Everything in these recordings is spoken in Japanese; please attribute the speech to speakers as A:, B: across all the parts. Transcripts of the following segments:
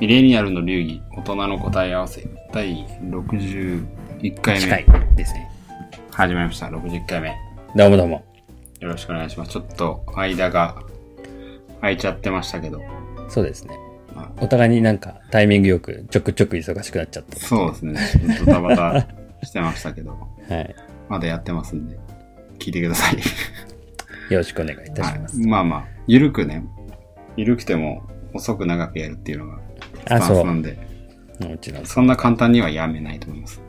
A: ミレニアルの流儀、大人の答え合わせ、第61回
B: 近
A: 目
B: い。ですね。
A: 始まりました。60回目。よ
B: どうもどうも。
A: ろしくお願いします。ちょっと間が空いちゃってましたけど。
B: そうですね
A: ま。
B: お互いになんかタイミングよくちょくちょく忙しくなっちゃっ
A: そうですね。ちょっとドタバタしてましたけど。
B: た。はい。
A: まだやってますんで、聞いてください。
B: よろしくお願いいたします。
A: はいまあまあ、ゆるくね、ゆるくても遅く長くやるっていうのがスタ
B: あ
A: ンス
B: そう
A: なんで、
B: もちろん。
A: そんな簡単にはやめないと思います。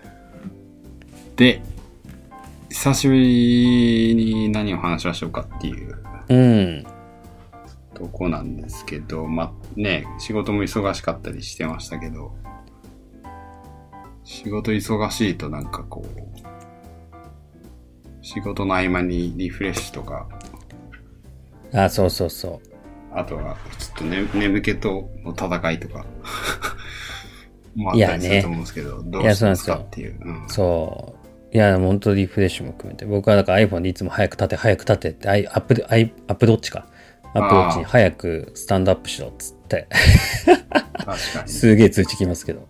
A: で、久しぶりに何を話しましょうかっていう
B: うん。
A: とこなんですけど、まあね、仕事も忙しかったりしてましたけど、仕事忙しいとなんかこう、仕事の合間にリフレッシュとか、
B: あ、そうそうそ
A: あとはちょっと、ね、眠気との戦いとか、 もあっ
B: い
A: た
B: や
A: り
B: ね
A: すると思うんですけど、どう
B: いや
A: しますか
B: そうなん
A: っ
B: で
A: ていう。うん
B: う。そう。いや、本当リフレッシュも含めて。僕はなんか iPhone でいつも早く立て、早く立てって、アイアップ、アイアップどっちか。アップローチに早くスタンドアップしろっつって。
A: 確かに。
B: すげえ通知きますけど。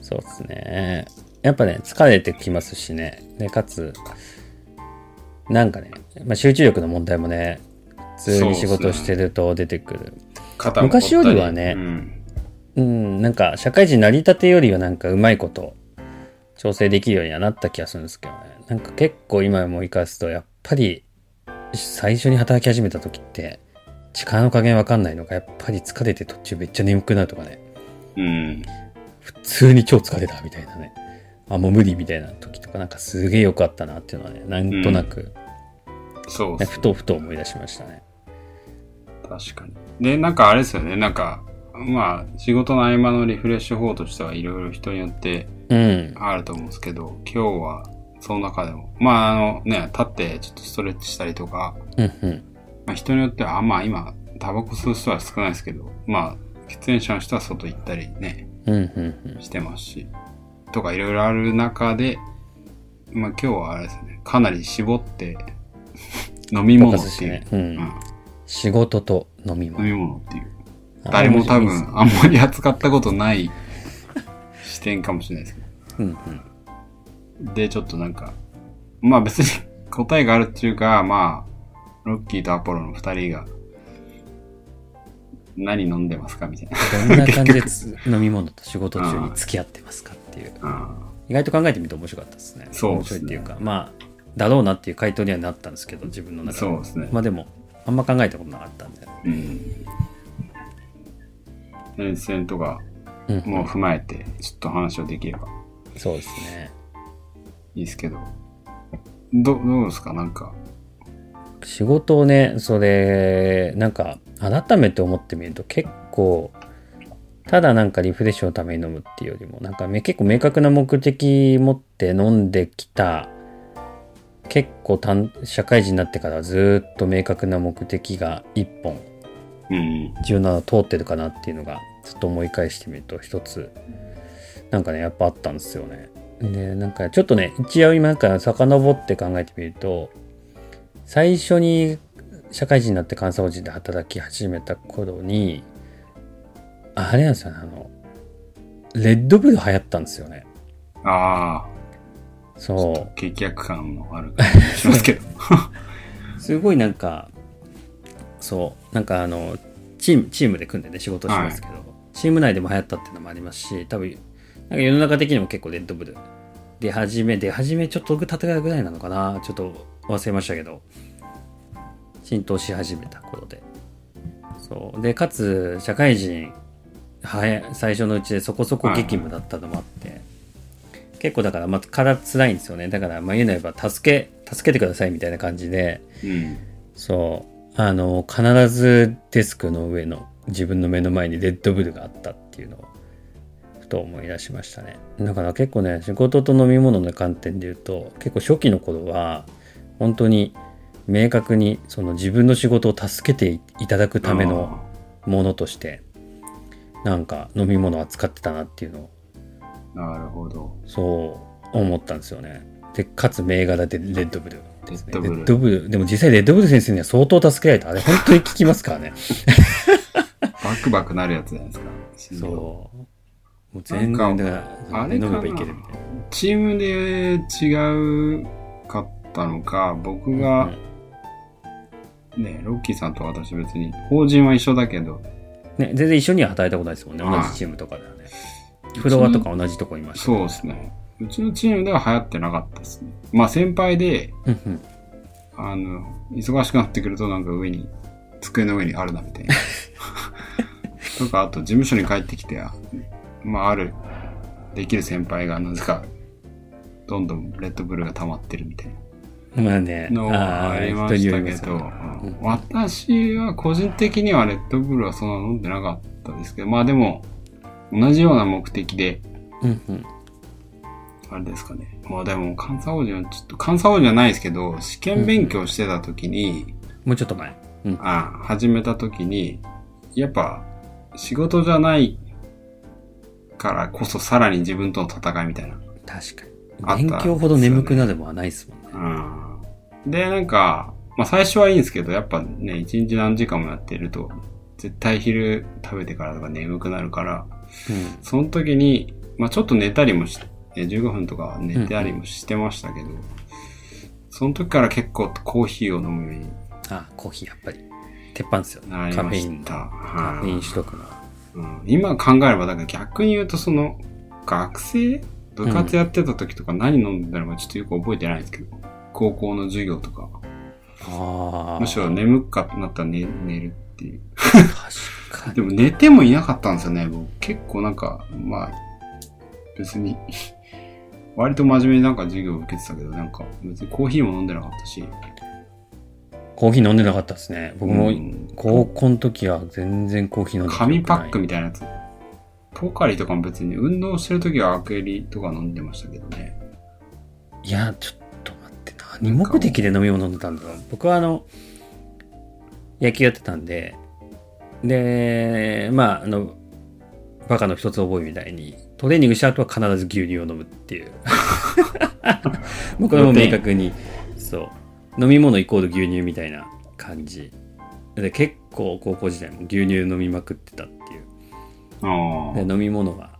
B: そうですね。やっぱね、疲れてきますしね。で、かつ、なんかね、まあ、集中力の問題もね、普通に仕
A: そう
B: 事
A: っすね
B: してると出てくる。
A: 肩も凝った
B: 昔よりはね
A: うん
B: うん、なんか、社会人成り立てよりはなんかうまいこと、調整できるようにはなった気がするんですけどね。なんか結構今思い返すと、やっぱり、最初に働き始めた時って、力の加減わかんないのが、やっぱり疲れて途中めっちゃ眠くなるとかね。
A: うん。
B: 普通に超疲れたみたいなねあもう無理みたいな時とかなんかすげえ良かったなっていうのはねなんとなく、
A: そうっ
B: ね
A: す
B: ふとふと思い出しましたね
A: 確かに。で、なんかあれですよね、なんか、まあ、仕事の合間のリフレッシュ法としてはいろいろ人によって
B: うん
A: あると思うんですけど、今日はその中でも、まあ、あのね、立ってちょっとストレッチしたりとか、
B: うんうん
A: まあ、人によっては、あ、まあ今、タバコ吸う人は少ないですけど、まあ、喫煙者の人は外行ったりね、
B: うんうん
A: してますし、とかいろいろある中で、まあ今日はあれですね、かなり絞って、 飲み
B: うんフォ
A: 物
B: ーカ
A: っ
B: スしてて
A: いう
B: ね、、うん、仕事と飲み
A: うん、飲み
B: 物
A: 物っていう。
B: あ
A: 誰も多
B: 面白いで
A: 分あんまり扱ったことない視点かもしれないですけ
B: すうんうん
A: ど。で、ちょっとなんか、まあ別に 答えがあるっていうか、まあ、ロッキーとアポロの二人が、何飲んでますかみたいな。
B: どんな感じでつ飲み物と仕事中に付き合ってますかっていう
A: あ
B: 意外と考えてみると面白かったですね
A: そう
B: 面
A: っす
B: 白
A: ね
B: いっていうかまあだろうなっていう回答にはなったんですけど自分の
A: ー
B: 中で
A: そうですね。
B: まあでもあんま考えたことなかったんで、
A: うん。連戦とか
B: うん
A: も踏まえて、ちょっと話をできれば
B: そうですね
A: いいですけど。ど、どうですかなんか。
B: 仕事をねそれなんか改めて思ってみると結構ただなんかリフレッシュのために飲むっていうよりもなんかめ結構明確な目的持って飲んできた結構単社会人になってからずっと明確な目的が一本
A: うん。
B: 17通ってるかなっていうのがちょっと思い返してみると一つなんかねやっぱあったんですよね。でなんかちょっとね一応今から遡って考えてみると最初に社会人になって監査法人で働き始めた頃にあれなんですよねあのレッドブル流行ったんですよね。
A: ああ。
B: そう
A: 激薬感のある感じがしますけ ど。
B: すごいなんかそうなんかあのチームチームで組んでね仕事しますけど、チーム内でも流行ったっていうのもありますし多分なんか世の中的にも結構レッドブル出始め出始めちょっと立てたぐらいなのかなちょっと忘れましたけど浸透し始めた頃でそうでかつ社会人はや最初のうちでそこそこ激務だったのもあって、結構だからまあからつらいんですよねだからまあ言うなれば助け助けてくださいみたいな感じで
A: うん。
B: そう。あの、必ずデスクの上の、自分の目の前にレッドブルがあったっていうのを、ふと思い出しましたね。だから結構ね、仕事と飲み物の観点で言うと、結構初期の頃は、本当に明確に、その自分の仕事を助けていただくためのものとして、なんか飲み物を扱ってたなっていうのを、
A: あー。なるほど。
B: そう思ったんですよね。で、かつ銘柄でレッドブル。
A: レッ
B: レ
A: ドブル。
B: ッド ブル。でも実際レッドブル先生には相当助けられた。あれ本当に効きますからね。
A: バクバクなるやつじゃないですか。心
B: そう。
A: 臓
B: もう全
A: なん
B: 然、
A: か
B: だから、
A: あれかな
B: 飲めばいけるみたい
A: チームで違うかったのか、僕
B: な。
A: が、ね、ロッキーさんと私別に、法人は一緒だけど、
B: ね、全然一緒には働いたことないですもんね。
A: はい
B: 同じチームとかではね。フロアとか同じとこいました、
A: そうですね。うちのチームでは流行ってなかったですね。まあ先輩で、
B: うんうん。
A: あの、忙しくなってくるとなんか上に、机の上にあるなみたいな。とか、あと事務所に帰ってきて、あまあある、できる先輩がなぜか、どんどんレッドブルが溜まってるみたいな。
B: まあね、
A: の
B: あ
A: は
B: あ
A: ありましたけ
B: 人に
A: ど、
B: よ
A: う
B: りますよ
A: ん私
B: ね
A: は個人的にはレッドブルはそんな飲んでなかったですけど、まあでも、同じような目的で、
B: うんうん。
A: あれですかね。まあでも、監査王子はちょっと、監査王子じゃないですけど、試験勉強してた時に、
B: もうちょっと前。うん。
A: あ始めた時に、やっぱ、仕事じゃないからこそさらに自分との戦いみたいな。
B: 確か
A: あった
B: に。勉強ほど眠くなるもはないですもんね。
A: うん。で、なんか、まあ最初はいいんですけど、やっぱね、一日何時間もやってると、絶対昼食べてからとか眠くなるから、その時に、まあちょっと寝たりもし、ね15分とか寝たりもしてましたけど、その時から結構コーヒーを飲むように
B: うん。あ、コーヒーやっぱり。鉄板ですよね。
A: なり
B: カ
A: ま
B: フェイ
A: し
B: ン
A: た。
B: の。カ
A: は
B: フ
A: い
B: ェイン取得の。
A: うん今考えれば、だから逆に言うと、その、学生部活やってた時とか何飲んでたのかちょっとよく覚えてないんですけど、高校の授業とか。
B: ああ。
A: むしろ眠くかなったら寝寝るっていう。
B: 確かに。
A: でも寝てもいなかったんですよね、僕。結構なんか、まあ、別に、 割と真面目になんか授業を受けてたけど、なんか別にコーヒーも飲んでなかったし。
B: コーヒー飲んでなかったですね。僕も
A: うん
B: 高校の時は全然コーヒー飲んでた記憶ない
A: 紙パックみたいなやつ。ポカリとかも別に運動してる時はアクエリとか飲んでましたけどね。
B: いや、ちょっと待って、何目的で飲み物飲んでたんだろう。僕はあの、野球やってたんで、で、まあ、あの、バカの一つ覚えみたいに、トレーニングした後は必ず牛乳を飲むって いう。もうこれも明確に、そう、飲み物イコール牛乳みたいな感じ。で、結構高校時代も牛乳飲みまくってたっていう。
A: あ
B: で飲み物は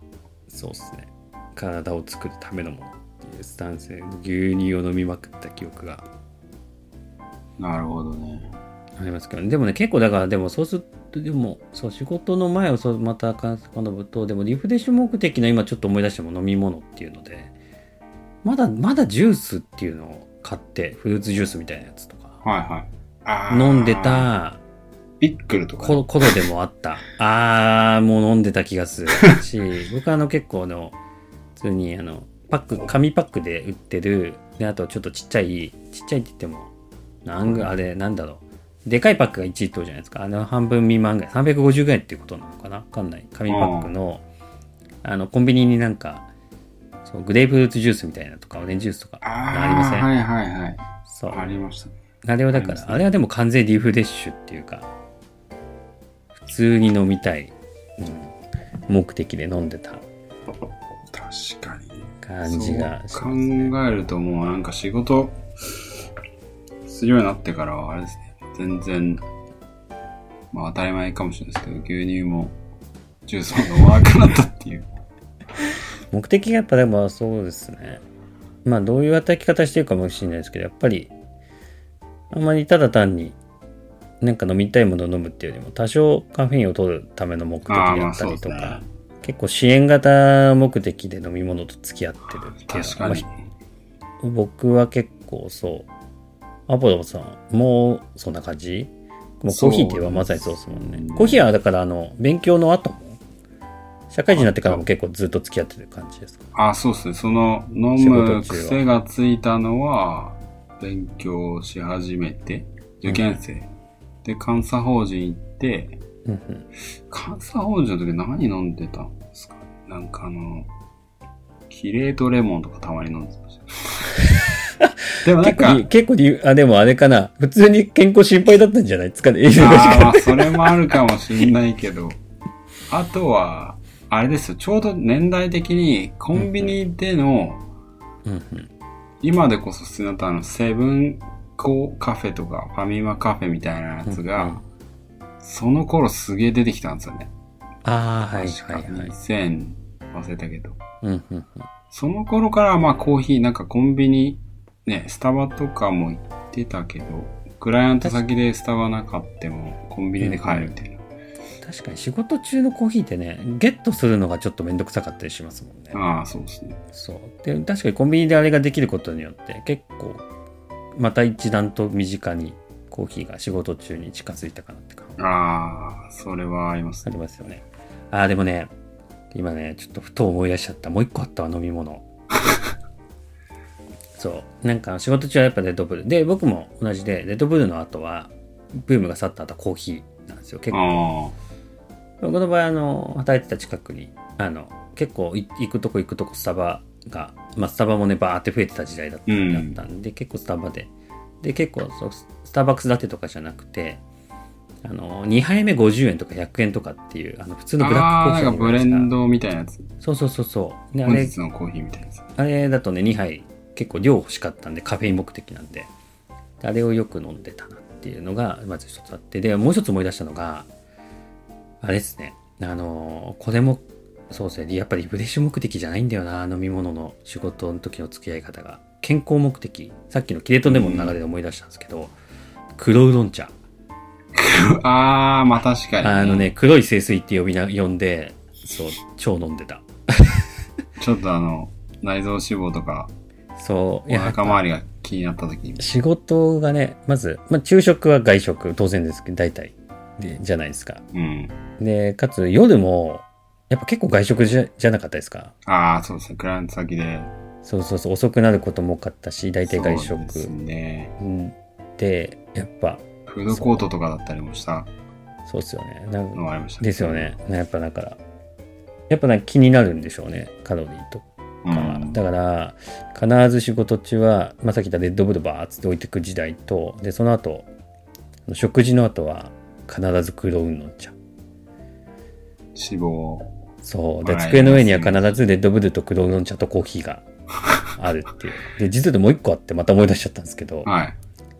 B: そうですね体を作るためのものっていうスタンスで牛乳を飲みまくった記憶が
A: あ、なるほどね。
B: ありますけど、ね、でもね結構だからでもそうするとでもそう仕事の前をそうまたかのぶとでもリフレッシュ目的の今ちょっと思い出しても飲み物っていうのでまだまだジュースっていうのを買ってフルーツジュースみたいなやつとか
A: はいはい。あー
B: 飲んで。た
A: ビックルとか。
B: こ頃でもあった。あー、もう飲んでた気が するし、僕あの結構あの、普通にあの、パック、紙パックで売ってる、で、あとちょっとちっちゃい、ちっちゃいって言っても、なんぐあれ、なんだろう。でかいパックが1等じゃないですか。あの、半分未満ぐらい、350ぐらいっていうことなのかなわかんない。紙パックの、あの、コンビニになんか、そうグレープフルーツジュースみたいなとか、オレンジジュースとか、
A: あ
B: ありません、
A: はいはいはい。
B: そう。
A: ありましたね。
B: あれはだ
A: あ
B: か
A: ります
B: ら、
A: ね
B: あれはでも完全リフレッシュっていうか、普通に飲みたい、うん、目的で飲んでた
A: 確かに。
B: 感じがし
A: そう
B: ますね。
A: 考えるともうなんか仕事するようになってからはあれですね全然まあ当たり前かもしれないですけど牛乳もジュースも飲まなくなったっていう
B: 目的がやっぱでもそうですね。まあどういう働き方してるかもしれないですけど、やっぱり、あんまりただ単に、なんか飲みたいものを飲むっていうよりも、多少カフェインを取るための目的
A: ああ
B: だ
A: ま
B: っ
A: あ
B: た
A: そうで
B: り
A: す
B: とか
A: ね、
B: 結構支援型目的で飲み物と付き合ってるっていうのは
A: 確か
B: まあ
A: に
B: 僕は結構そうアポロさんもそんな感じもうコーヒーって言えばまさにそうですもんね
A: そうですね
B: コーヒーはだからあの勉強の後も社会人になってからも結構ずっと付き合ってる感じですか
A: あそうですねその飲
B: 仕事
A: む
B: 中は
A: 癖がついたのは勉強し始めて受験生、で監査法人行って
B: うんうん
A: 監査法人の時何飲んでたんですかなんかあの、キレートレモンとかたまに飲んでま した。でもなん
B: 結
A: か
B: 構、結構理由あでもあれかな普通に健康心配だったんじゃないですかね
A: あーまあそれもあるかもしんないけど、あとは、あれですよ、ちょうど年代的にコンビニでの、
B: うんうん
A: 今でこそ普通だったあの、セブンコカフェとかファミマカフェみたいなやつ
B: うんうん
A: が、その頃すげえ出てきたんですよね。
B: ああ、はい
A: 確か
B: はいはい。
A: 2000、忘れたけど。
B: うんうん
A: その頃からまあコーヒー、なんかコンビニ、ね、スタバとかも行ってたけど、クライアント先でスタバなかってもコンビニで買えるみたいな。
B: 確かに仕事中のコーヒーってね、ゲットするのがちょっとめんどくさかったりしますもんね。
A: ああ、そうですね。
B: そう。で、確かにコンビニであれができることによって、結構、また一段と身近にコーヒーが仕事中に近づいたかなって感じ
A: ああ、それはあります
B: あ
A: ね。
B: りますよね。ああ、でもね、今ね、ちょっとふと思い出しちゃった。もう一個あったわ、飲み物。そう。なんか仕事中はやっぱレッドブル。で、僕も同じで、レッドブルの後は、ブームが去った後はコーヒーなんですよ。結構。
A: あ
B: 僕の場合、あの、働いてた近くに、あの、結構い行くとこ行くとこスタバが、まあ、スタバもね、バーって増えてた時代だっ
A: う
B: た,、
A: ん
B: だったんで、結構スタバで。で、結構そう、ススターバックスラテとかじゃなくて、あの、2杯目50円とか100円とかっていう、あの、普通
A: あ。
B: のブラック
A: あ
B: コー
A: あ、
B: ヒ
A: な
B: ー
A: んかブ
B: に
A: レンドみたいなやつ。
B: そうそうそうそう。で、あ
A: 本
B: れ
A: 日、のコーヒーみたいなやつ。
B: あれだとね、2杯結構量欲しかったんで、カフェイン目的なんで、であれをよく飲んでたなっていうのが、まず一つあって、で、もう一つ思い出したのが、あれですね、あのーこれも、そうですね、やっぱりリフレッシュ目的じゃないんだよな、飲み物の仕事の時の付き合い方が。健康目的、さっきのキレトンデモの流れで思い出したんですけど、黒うどん茶。
A: ああ、まあ確かに、
B: あのね、黒い清水って呼びな、呼んで、そう、超飲んでた。
A: ちょっとあの、内臓脂肪とか、
B: そう、
A: お
B: やっ
A: 腹
B: ぱ
A: 周りが気になった時に。
B: 仕事がね、まず、まあ、昼食は外食、当然ですけど、大体でじゃないですか。
A: うん。
B: で、かつ夜も、やっぱ結構外食じゃじゃなかったですか。
A: ああ、そうですね。クライアント先で。
B: そうそうそう、遅くなることも多かったし、大体外
A: そう
B: 食。
A: ですね。
B: うんで、やっぱ、
A: フードコートとかだったりもした
B: そうですよね。なん
A: のもありました、
B: ですよね。なやっぱだから、やっぱなんか気になるんでしょうね、カロリーと
A: う
B: かは。
A: ん。
B: だから、必ず仕事中は、まあ、さっき言ったレッドブルバーっつって置いてく時代と、で、その後、食事の後は、必ず黒ウンの茶。
A: 脂肪。
B: そう。で、
A: はい
B: 机の上には必ずレッドブルと黒ウン茶とコーヒーが あるっていう。で、実はもう一個あってまた思い出しちゃったんですけど、
A: はい。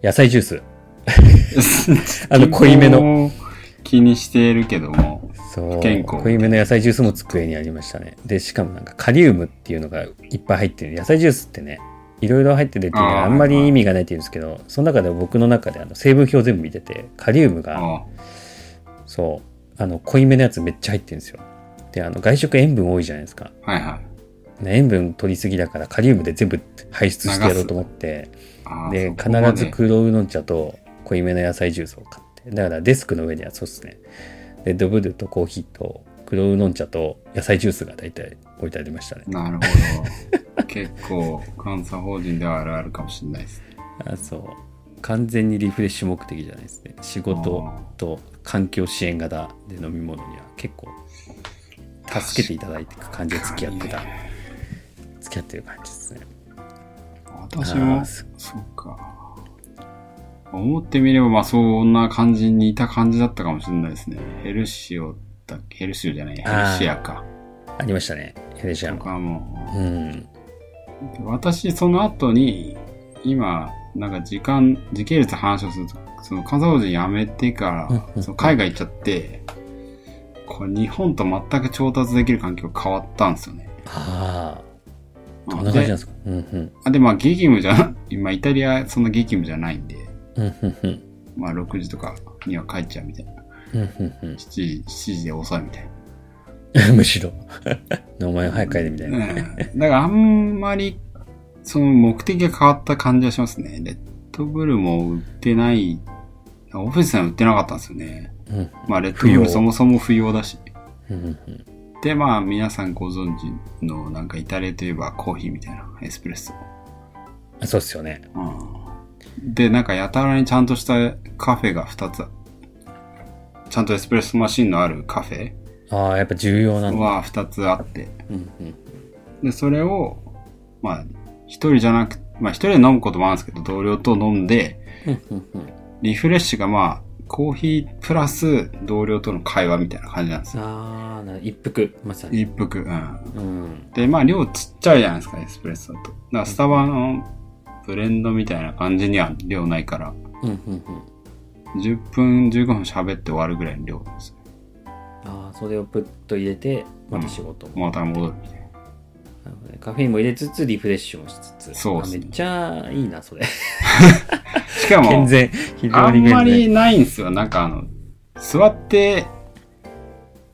B: 野菜ジュース。 あ
A: あ
B: の濃いめの。
A: の。気にしてるけども。
B: そう。
A: 健康
B: 濃いめの野菜ジュースも机にありましたね。で、しかもなんかカリウムっていうのがいっぱい入ってる。野菜ジュースってね、いろいろ入ってるっていうの
A: あ
B: は
A: ー
B: あんまり意味がないっていうんですけど、その中で僕の中であの成分表全部見てて、カリウムが、
A: あ
B: そう、あの濃いめのやつめっちゃ入ってるんですよ。で、あの外食塩分多いじゃないですか。
A: はいはい。
B: ね塩分取りすぎだからカリウムで全部排出してやろうと思って
A: あー
B: で
A: そこま
B: 必ず黒ウーロン茶と濃いめの野菜ジュースを買ってだからデスクの上にはそうですねレッドブルとコーヒーと黒ウーロン茶と野菜ジュースが大体置いてありましたね
A: なるほど。結構、監査法人ではあるあるかもしれないですね。
B: あそう完全にリフレッシュ目的じゃないですね仕事と環境支援型で飲み物には結構助けていただいていく感じで付き合ってた付き合ってる感じですね
A: 私
B: あ
A: も、
B: ー
A: そ
B: す
A: うか。思ってみれば、まあ、そんな感じにいた感じだったかもしれないですね。ヘルシオだっけヘルシオじゃない、ヘ
B: あー
A: ルシアか。
B: ありましたねヘレシア
A: と
B: ン
A: かも。
B: うん
A: 私、その後に、今、なんか時間、時系列話をすると、その監査法人辞めて
B: うん
A: か
B: うん
A: ら、その海外行っちゃって、これ日本と全く調達できる環境変わったんですよね。
B: ああ、どんな感じなん
A: で
B: ですかうんうん。
A: あで、まあ、激務じゃ、 今、イタリア、そんな激務じゃないんで、
B: うんうんうん。
A: まあ、6時とかには帰っちゃうみたいな。
B: うんうん
A: 7時、7時で遅いみたい
B: うん。 むしろ。お前は早く帰れみたい
A: な。
B: な。
A: うん。だから、あんまり、その目的が変わった感じはしますね。レッドブルも売ってない、オフィスさん売ってなかったんですよね。
B: うん
A: まあ、レッドブ
B: 不
A: ル
B: 要
A: そもそも不要だし。
B: うんうん
A: で、まあ、皆さんご存知の、なんか、イタリアといえばコーヒーみたいな、エスプレッソ。
B: うん。そうっすよね。
A: うんで、なんかやたらにちゃんとしたカフェが2つ、ちゃんとエスプレッソマシンのあるカフェ
B: ああ、やっぱ重要なんだ。
A: は2つあって、
B: うんうん。
A: で、それを、まあ、一人じゃなく、まあ一人で飲むこともあるんですけど、同僚と飲んで、
B: うんうんうん。
A: リフレッシュがまあ、コーヒープラス同僚との会話みたいな感じなんですよ。
B: ああ、な一服、まさに。
A: 一服、うん。
B: うん。
A: で、まあ量ちっちゃいじゃないですか、エスプレッソだと。だからスタバのブレンドみたいな感じには量ないから、
B: うんうんうん。
A: 10分、15分喋って終わるぐらいの量です。
B: ああ、それをプッと入れて、また仕事も、
A: また戻るみたいな。
B: なるほどねカフェインも入れつつ、リフレッシュもしつつ。
A: そうっすね
B: あめっちゃいいな、それ。
A: しか
B: 健
A: も、
B: 全。非
A: あ
B: 常に
A: ん
B: 健
A: まり
B: 全。
A: ないんですよ。なんかあの、座って、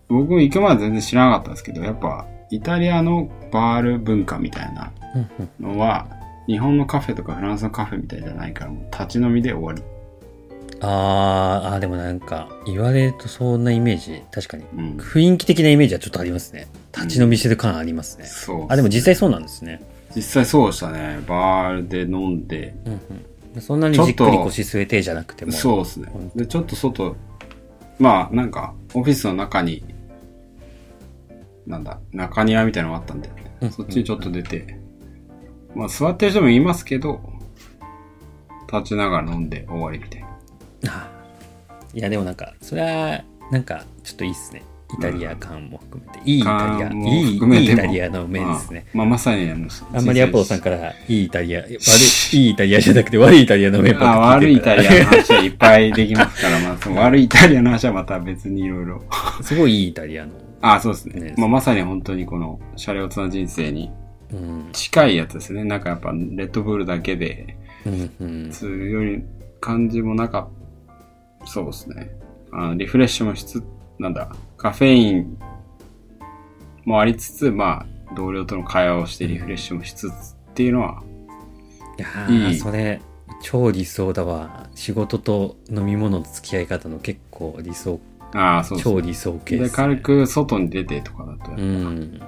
A: 僕も行く前は全然知らなかったんですけど、やっぱ、イタリアのバール文化みたいな
B: うんうん
A: のは、日本のカフェとかフランスのカフェみたいじゃないから、もう立ち飲みで終わり。
B: あーあー、でもなんか、言われるとそんなイメージ、確かに。
A: うん。
B: 雰囲気的なイメージはちょっとありますね。立ち飲みしてる感ありますね。
A: そう。
B: あ、でも実際そうなんですね。
A: 実際そうでしたね。バールで飲んで、
B: うんうん、そんなにじっくり腰据えてじゃなくても。
A: そうですね。で、ちょっと外、まあ、なんか、オフィスの中に、なんだ、中庭みたいなのがあったんで、
B: うん
A: そっちにちょっと出て、まあ、座ってる人もいますけど、立ちながら飲んで終わりみたいな。
B: あいやでもなんかそれはなんかちょっといいっすねイタリア感も含めて、いいイタリア
A: 感も
B: いい
A: 含め
B: いい
A: て
B: イ
A: も
B: タリアの面ですね、
A: まあ、まあまさにあの、
B: あんまりアポロさんからいいイタリア悪いいいイタリアじゃなくて悪いイタリアの面ばっ
A: あ
B: か
A: 悪い
B: り聞
A: イ
B: て
A: タ
B: る
A: リアの話はいっぱいできますから、まあ、 その悪いイタリアの話はまた別にいろいろ。
B: から すごいいいイタリアの
A: あそうですね。
B: ね
A: まあ、まさに本当にこの、シャレオツな人生に
B: うん
A: 近いやつですね。なんかやっぱ、レッドブールだけで、
B: うんうん
A: 強い感じもなかっそうですね。あのリフレッシュもしつつ、なんだ、カフェインもありつつ、まあ、同僚との会話をしてリフレッシュもしつつっていうのは、
B: いやー
A: いい
B: それ超理想だわ仕事と飲み物の付き合い方の結構理想
A: ああ、そうです
B: 超
A: ね。
B: 理想系で、
A: です
B: ね、
A: 軽く外に出てとかだと、
B: うん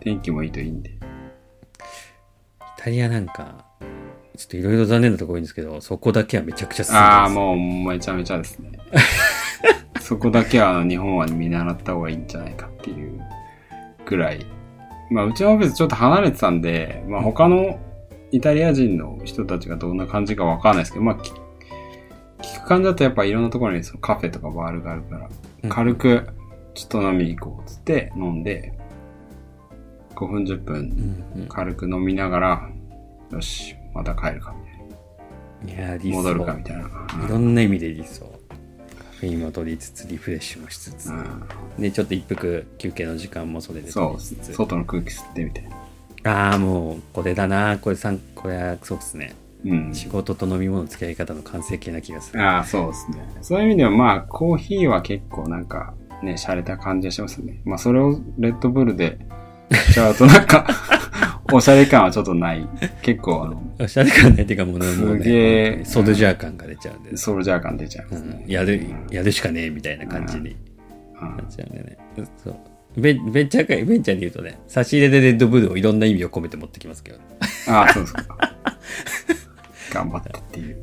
A: 天気もいいといいんで。
B: イタリアなんか、ちょっといろいろ残念なところ多いんですけど、そこだけはめちゃくちゃ進んで
A: あ
B: ま
A: あ、
B: す。
A: もうめちゃめちゃですね。 そこだけはあの日本は見習った方がいいんじゃないかっていうぐらい。まあ、うちのオフィスちょっと離れてたんで、まあ、他のイタリア人の人たちがどんな感じかわかんないですけど、まあ、き聞く感じだとやっぱいろんなところにそのカフェとかバールがあるから、
B: うん
A: 軽くちょっと飲みに行こうっつって飲んで、5分10
B: う
A: 分
B: んうん
A: 軽く飲みながら、よし、また帰るかみたい
B: いやー、理
A: な。
B: 想。
A: 戻るかみたいな。
B: いろんな意味で理想。カフェインも取りつつ、リフレッシュもしつつ
A: う、ん
B: で、ちょっと一服休憩の時間もそれで
A: そ
B: 取
A: う
B: りつつ。
A: 外の空気吸ってみたいな。
B: ああ、もう、これだな。これさん、これは、そうですね。
A: うん。
B: 仕事と飲み物の付き合い方の完成形な気がする。
A: ああ、そうですね。そういう意味では、まあ、コーヒーは結構なんか、ね、洒落た感じがしますね。まあ、それをレッドブルでしちゃうと、なん か、おしゃれ感はちょっとない。結構、あの、
B: おしゃれ感ないっていうか、もうね、
A: すげ
B: も
A: ー
B: うね、ソルジャー感が出ちゃうんで、
A: ソルジャー感出ちゃいます
B: うん
A: ね。
B: や
A: う
B: る
A: ん、
B: やるしかねえみたいな感じに。
A: うん
B: なっちゃうんだよね。そうベンベンチャー界、ベンチャーで言うとね、差し入れでレッドブルをいろんな意味を込めて持ってきますけど、
A: ああ、そうです か。頑張ったっていう。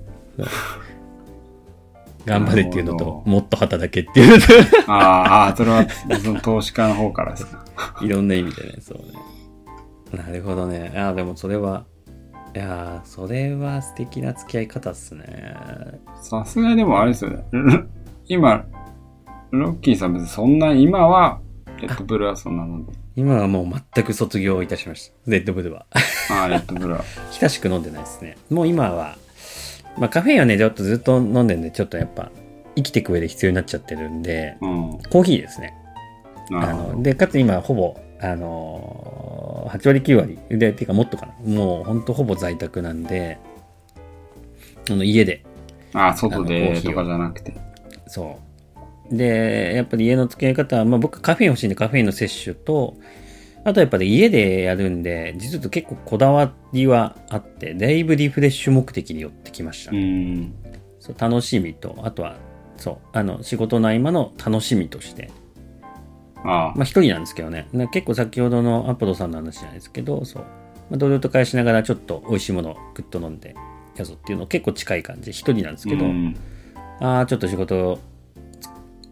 B: 頑張れっていうの
A: なる
B: と
A: ほ、ど
B: もっと働けっていうのと、
A: ああああ、それは、その投資家の方からですか。
B: いろんな意味でね、そうね。なるほどね。ああ、でもそれは、いやーそれは素敵な付き合い方っすね。
A: さすがにでもあれですよね。 ル今、ロッキーさん別にそんな、今は、レッドブルはそんなの。
B: 今はもう全く卒業いたしました。レッドブルは。
A: ああ、レッドブルは。
B: 久しく飲んでないですね。もう今は、まあカフェインはね、ちょっとずっと飲んでるんで、ちょっとやっぱ、生きていく上で必要になっちゃってるんで、
A: うん。
B: コーヒーですね。
A: な
B: あ
A: るほど。
B: のでかつ今ほぼ、あのー8割9割でていうかもっとかなもうほんとほぼ在宅なんであの家で
A: ああ、外
B: あのコー
A: で
B: ヒーを
A: とかじゃなくて。
B: そうでやっぱり家の付き合い方は、まあ、僕カフェイン欲しいんでカフェインの摂取とあとやっぱり家でやるんで実は結構こだわりはあってだいぶリフレッシュ目的に寄ってきました、
A: うん。
B: そう楽しみとあとはそうあの仕事の合間の楽しみとして
A: ああ
B: まあ一人なんですけどね。な結構先ほどのアポロさんの話じゃないですけど、そう。まあ、同僚と会話しながらちょっと美味しいものをグッと飲んでやぞっていうの結構近い感じ。一人なんですけど、
A: うん
B: ああ、ちょっと仕事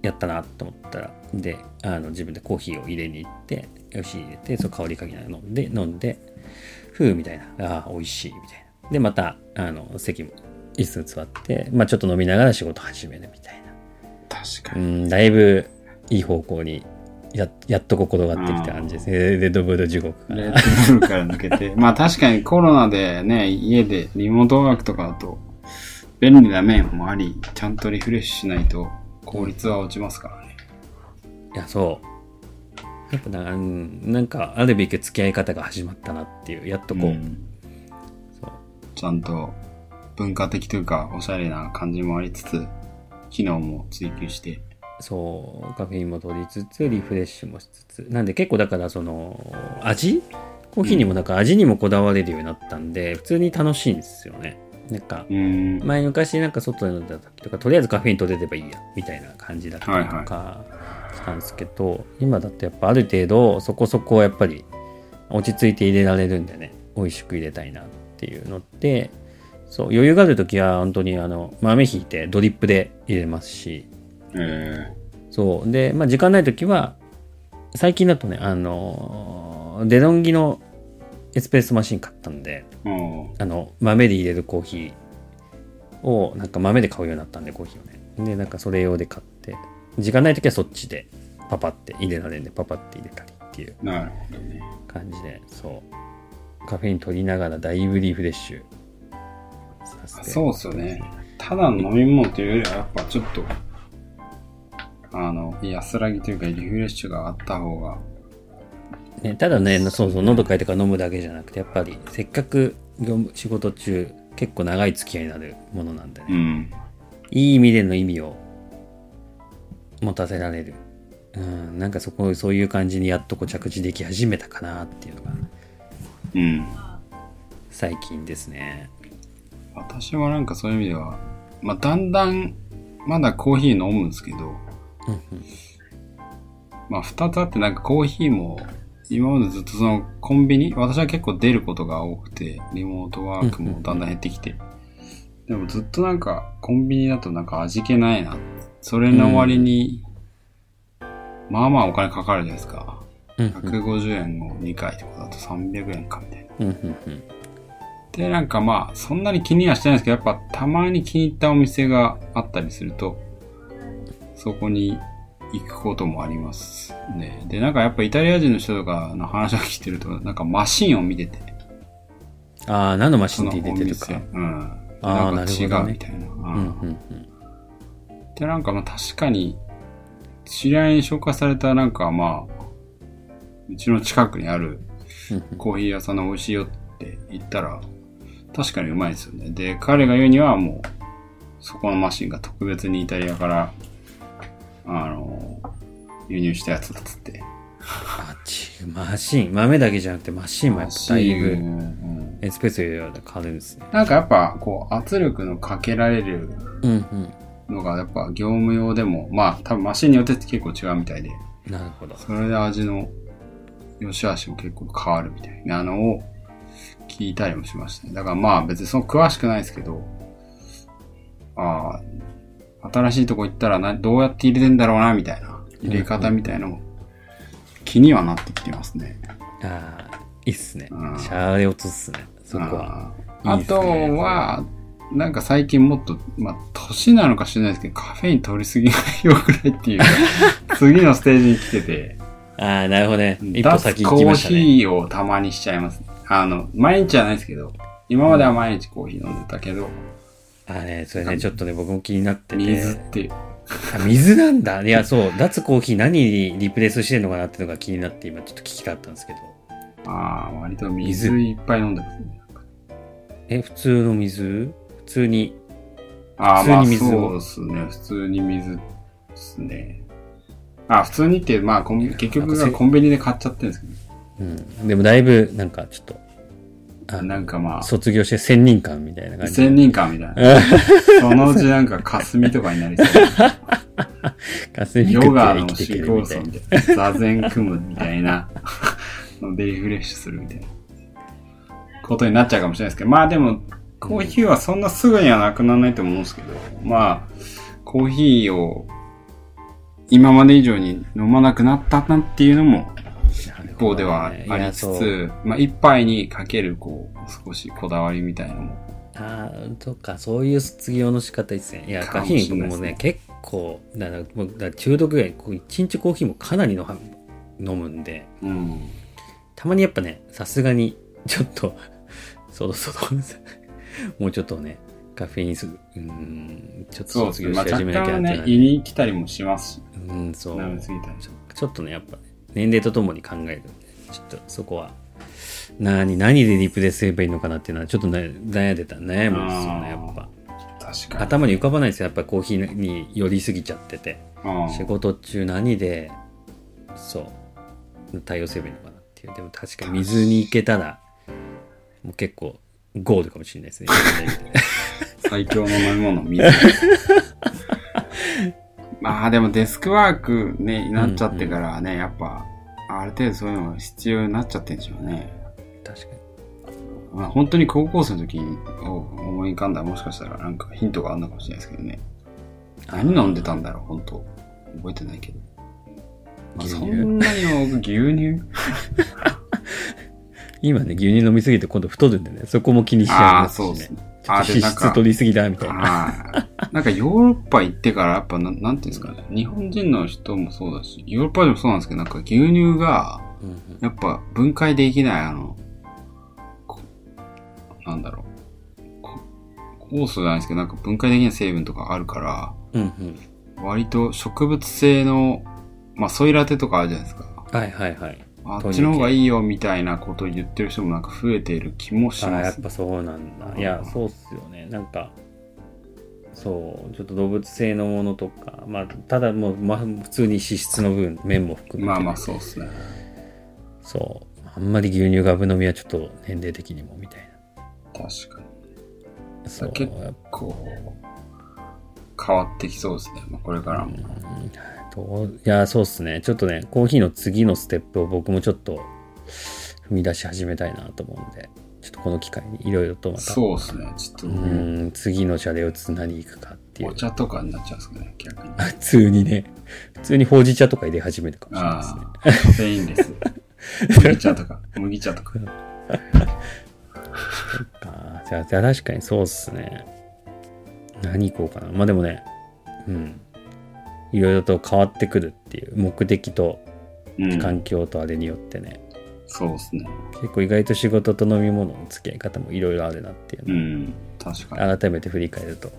B: やったなと思ったら、で、あの自分でコーヒーを入れに行って、よし入れて、そう香りかけながら飲んで、飲んで、ふうみたいな、ああ、美味しいみたいな。で、また、あの、席も椅子座って、まあちょっと飲みながら仕事始めるみたいな。
A: 確か
B: う
A: に。
B: ん、だいぶいい方向にややっと心がってきた感じですね。レッドブル地獄か
A: レ
B: ら。
A: ッドブルから抜けて。まあ確かにコロナでね、家でリモートワークとかだと、便利な面もあり、ちゃんとリフレッシュしないと効率は落ちますからね。
B: いや、そう。やっぱなんか、うんなんかあるべき付き合い方が始まったなっていう、やっとこう。
A: うん
B: そう
A: ちゃんと文化的というか、おしゃれな感じもありつつ、機能も追求して。
B: そう、カフェインも取りつつ、リフレッシュもしつつ。なんで結構だから、その、味コーヒーにもなんか味にもこだわれるようになったんで、普通に楽しいんですよね。なんか、
A: うん。
B: 前昔なんか外で飲んだ時とか、とりあえずカフェイン取れればいいや、みたいな感じだったりとかしたんですけど、今だとやっぱある程度そこそこやっぱり落ち着いて入れられるんでね、美味しく入れたいなっていうのって、そう、余裕がある時は本当にあの、豆引いてドリップで入れますし、
A: え
B: そう。で、まあ、時間ないときは、最近だとね、あのーデロンギのエスプレッソマシン買ったんで、
A: ー、も
B: あの、豆で入れるコーヒーを、なんか豆で買うようになったんで、コーヒーをね。で、なんかそれ用で買って、時間ないときはそっちで、パパって入れられるんで、パパって入れたりっていう
A: う、なるほどね。
B: 感じで、そう。カフェイン取りながらだいぶリフレッシュさせて。
A: そうっすよね。ただの飲み物というよりは、やっぱちょっと、あの、安らぎというか、リフレッシュがあった方が、
B: ね、ただね、そうそう、喉かいてから飲むだけじゃなくて、やっぱり、せっかく業務仕事中、結構長い付き合いになるものなんでね、
A: うん。
B: いい意味での意味を持たせられる。うん、なんかそこ、そういう感じにやっとこう着地でき始めたかなっていうのが、
A: うん。
B: 最近ですね。
A: 私はなんかそういう意味では、まあ、だんだん、まだコーヒー飲むんですけど、
B: うんうん
A: まあ、二つあってなんかコーヒーも、今までずっとそのコンビニ、私は結構出ることが多くて、リモートワークもだんだん減ってきて。でもずっとなんかコンビニだとなんか味気ないな。それの割に、まあまあお金かかるじゃないですか。
B: うんうん
A: 150円を2回ってことだと300円かみたいな。
B: うんうんうん
A: で、なんかまあ、そんなに気にはしてないんですけど、やっぱたまに気に入ったお店があったりすると、そこに行くこともありますね。で、なんかやっぱイタリア人の人とかの話を聞いてると、なんかマシンを見てて、
B: ああ、何のマシ
A: そ
B: ン
A: の
B: って
A: お
B: 入れてるか。
A: 店。うん。
B: あー
A: なんか違
B: なるほど
A: う
B: ね
A: みたいな。
B: う
A: うんん
B: うんうん。
A: で、なんかまあ確かに、知り合いに紹介されたなんかまあ、うちの近くにある
B: うんうん
A: コーヒー屋さんの美味しいよって言ったら、確かにうまいですよね。で、彼が言うにはもう、そこのマシンが特別にイタリアから、あの、輸入したやつだっつって。
B: あっち、マシン、豆だけじゃなくてマシンもやっぱだいぶ、エスプレッソよりは変わるんですね。
A: なんかやっぱ、こう、圧力のかけられる
B: うんうん。
A: のが、やっぱ業務用でも、まあ、多分マシンによって結構違うみたいで、
B: なるほど。
A: それで味の良し悪しも結構変わるみたいなのを聞いたりもしましたね。だからまあ別にその詳しくないですけど、ああ、新しいとこ行ったらなどうやって入れてんだろうなみたいな、入れ方みたいなのも気にはなってきてますね。
B: ああ、いいっすね。シ
A: うん
B: ャーレ落とすっすね。そこは。
A: あー
B: いい
A: あ
B: っすね
A: とは、なんか最近もっと、まあ、年なのか知らないですけど、カフェイン取りすぎが良くないっていう か、次のステージに来てて、
B: ああ、なるほどね。一歩
A: 脱
B: 先
A: コ
B: 行き
A: ー
B: ました
A: ヒ
B: ね。
A: ーをたまにしちゃいます、ね。あの、毎日じゃないですけど、今までは毎日コーヒー飲んでたけど、
B: ああね、それね、ちょっとね、僕も気になってて。
A: 水って、
B: あ水なんだ。いや、そう、脱コーヒー何にリプレイスしてんのかなっていうのが気になって、今ちょっと聞きたかったんですけど。
A: ああ、割と水いっぱい飲んでますね。
B: え、普通の水普通に。
A: ああ、
B: 普
A: ま
B: 通
A: あ
B: に水を
A: そうですね。普通に水ですね。あ普通にって、まあ、コン結局はコンビニで買っちゃってるんですけ
B: うん。でもだいぶ、なんかちょっと、
A: ど、
B: あ
A: なんかまあ、
B: 卒業して仙人感みたいな感じ。
A: 千人感みたい な。そのうちなんか霞とかになりそう。
B: 稼ぎ食
A: ヨ
B: って
A: ガの
B: 生きていけ
A: 思
B: るみ
A: 考
B: た
A: 層
B: いな
A: み。たいな。座禅組むみたいな。のでリフレッシュするみたいな。ことになっちゃうかもしれないですけど。まあでも、コーヒーはそんなすぐにはなくならないと思うんですけど。まあ、コーヒーを今まで以上に飲まなくなったなっていうのも一方ではありつ
B: いやそう
A: つ、まあ一杯にかけるこう、少しこだわりみたいなのも
B: ああ、そっか、そういう卒業の仕方ですね。いや、カ
A: かも
B: フ
A: しれ
B: ェ
A: ない
B: イン僕もね、
A: で
B: 結構、だからもうだから中毒ぐらい、こう一日コーヒーもかなりのは飲むんで、
A: うん。
B: たまにやっぱね、さすがに、ちょっと、そろそろ、もうちょっとね、 カフェインすぐ、うん、ちょっと
A: そうですね。
B: 卒業し
A: まあ若
B: 始めなきゃ
A: 干
B: ってな
A: ね
B: る、
A: 胃に来たりもしますし、
B: うん、そう
A: 舐めすぎたり
B: ちょ。ちょっとね、やっぱ、ね、年齢とともに考えるんで、ちょっとそこは、何、何でリプレイすればいいのかなっていうのは、ちょっとな悩んでた、悩むんですよね、
A: あ
B: や
A: ー
B: っぱ。
A: 確かに。
B: 頭に浮かばないですよ、やっぱコーヒーに寄りすぎちゃってて。
A: あ
B: 仕事中何で、そう、対応すればいいのかなっていう。でも確かに水に行けたら、もう結構、ゴールかもしれないですね。
A: 最強の飲み物、水。 まあでもデスクワークね、になっちゃってからね、やっぱ、ある程度そういうのが必要になっちゃってんでしょうね。
B: 確かに。
A: まあ本当に高校生の時を思い浮かんだらもしかしたらなんかヒントがあるのかもしれないですけどね。何飲んでたんだろう、本当覚えてないけど。まあ、
B: 牛
A: そ
B: 乳
A: んなにも僕牛乳
B: 今ね、牛乳飲みすぎて今度太るんでね、そこも気にしちゃい
A: ああー、
B: ますし
A: そう
B: ね。
A: ですね。
B: ちょっと
A: あで
B: 脂
A: なんか
B: 質取りすぎだ、みたいな。
A: ああ。なんかヨーロッパ行ってからやっぱなんなんていうんですかね。日本人の人もそうだし、ヨーロッパでもそうなんですけど、なんか牛乳が
B: うんうん
A: やっぱ分解できないあの、こなんだろう。こ酵素じゃないですけど、なんか分解できない成分とかあるから、
B: うんうん。
A: 割と植物性の、まあソイラテとかあるじゃないですか。
B: はいはいはい。
A: あっちの方がいいよみたいなことを言ってる人もなんか増えている気もし
B: あ
A: ま
B: やっ
A: す。
B: ぱそうなんだ。いや、そうっすよね。なんか、そう、ちょっと動物性のものとか、まあ、ただもう、まあ、普通に脂質の分、麺も含めて、
A: まあまあそうですね。
B: そう。あんまり牛乳がぶ飲みはちょっと年齢的にもみたい
A: 確かに。
B: な。そう。
A: 結
B: やっ
A: こう、変わってきそうですね。まあ、これからも。
B: ぱどういや、そうっすね。ちょっとね、コーヒーの次のステップを僕もちょっと踏み出し始めたいなと思うんで、ちょっとこの機会にいろいろとまた、
A: そうですね。ちょっと、
B: う
A: ね、
B: ん、次の車両をつ何行くかっていう
A: お。茶とかになっちゃうんですかね、逆に。
B: 普通にね、普通にほうじ茶とか入れ始めるかもしれないですね
A: あ。あ、カフェイン です。麦茶とか、麦茶とか。
B: あーじゃあ、じゃあ確かにそうっすね。何行こうかな。まあでもね、うん。いろいろと変わってくるっていう目的と
A: うん。
B: 環境とあれによってね、
A: そうですね。
B: 結構意外と仕事と飲み物の付き合い方もいろいろあるなっていう
A: う
B: のを
A: ん。確かに。
B: 改めて振り返ると。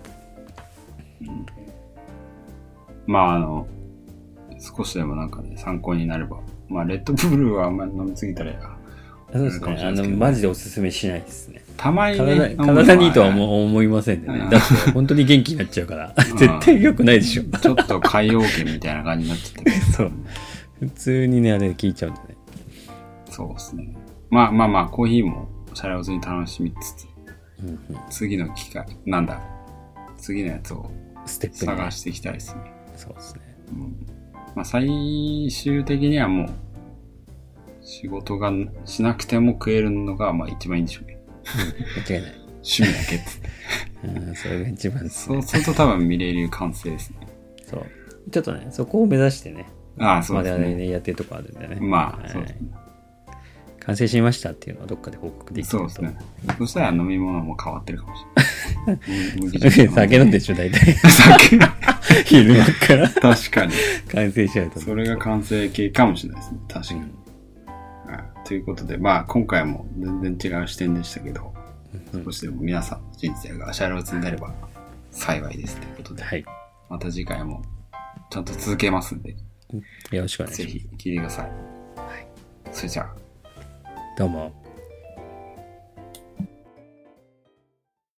A: まあ、あの、少しでもなんかね、参考になれば。まあ、レッドブルーはあんまり飲みすぎたらやな
B: そうです
A: かも
B: ね。
A: しれない
B: あ
A: です
B: の、
A: けど
B: マジでおすすめしないですね。
A: たまにね、
B: 体
A: 飲むの
B: 体にいいとは
A: ね
B: 思う思いませんでね
A: う。ん
B: だって、本当に元気になっちゃうから、
A: ん
B: 絶対良くないでしょ。
A: ちょっと海洋圏みたいな感じになっちゃってる。
B: そう。普通にね、あれ聞いちゃうんだね。
A: そうですね。まあまあまあ、コーヒーもシャレオツに楽しみつつ、
B: うんうん、
A: 次の機会、なんだ、次のやつを
B: ステップにね
A: 探していきたいですね。
B: そうですね。
A: うんまあ、最終的にはもう、仕事がしなくても食えるのが、まあ一番いいんでしょうね。
B: 間違いない。
A: 趣味だけっつって。
B: うん、それが一番です
A: そ
B: ね。
A: うすると多分見れる完成ですね。
B: そう。ちょっとね、そこを目指してね、
A: ああ、そう
B: 我
A: です
B: 々
A: ね。
B: ね、やってるとこあるんでね。
A: ま
B: は
A: あ、
B: い
A: そうですね。
B: 完成しましたっていうのはどっかで報告できると。
A: そうですね。そしたら飲み物も変わってるかもしれない。
B: 酒飲んで
A: し
B: しょ、大体。
A: ょ。酒飲ん
B: 昼間から
A: 確かに。
B: 完成しちゃうと。
A: それが完成形かもしれないですね。確かに。はいということで、まあ今回も全然違う視点でしたけど、
B: うん
A: 少しでも皆さんの人生がシャイローツになれば幸いですということで、
B: はい。
A: また次回もちゃんと続けますんで、
B: よろしくお願いし
A: ぜ
B: ます。
A: ひ聞いてください。それじゃあ。
B: どうも。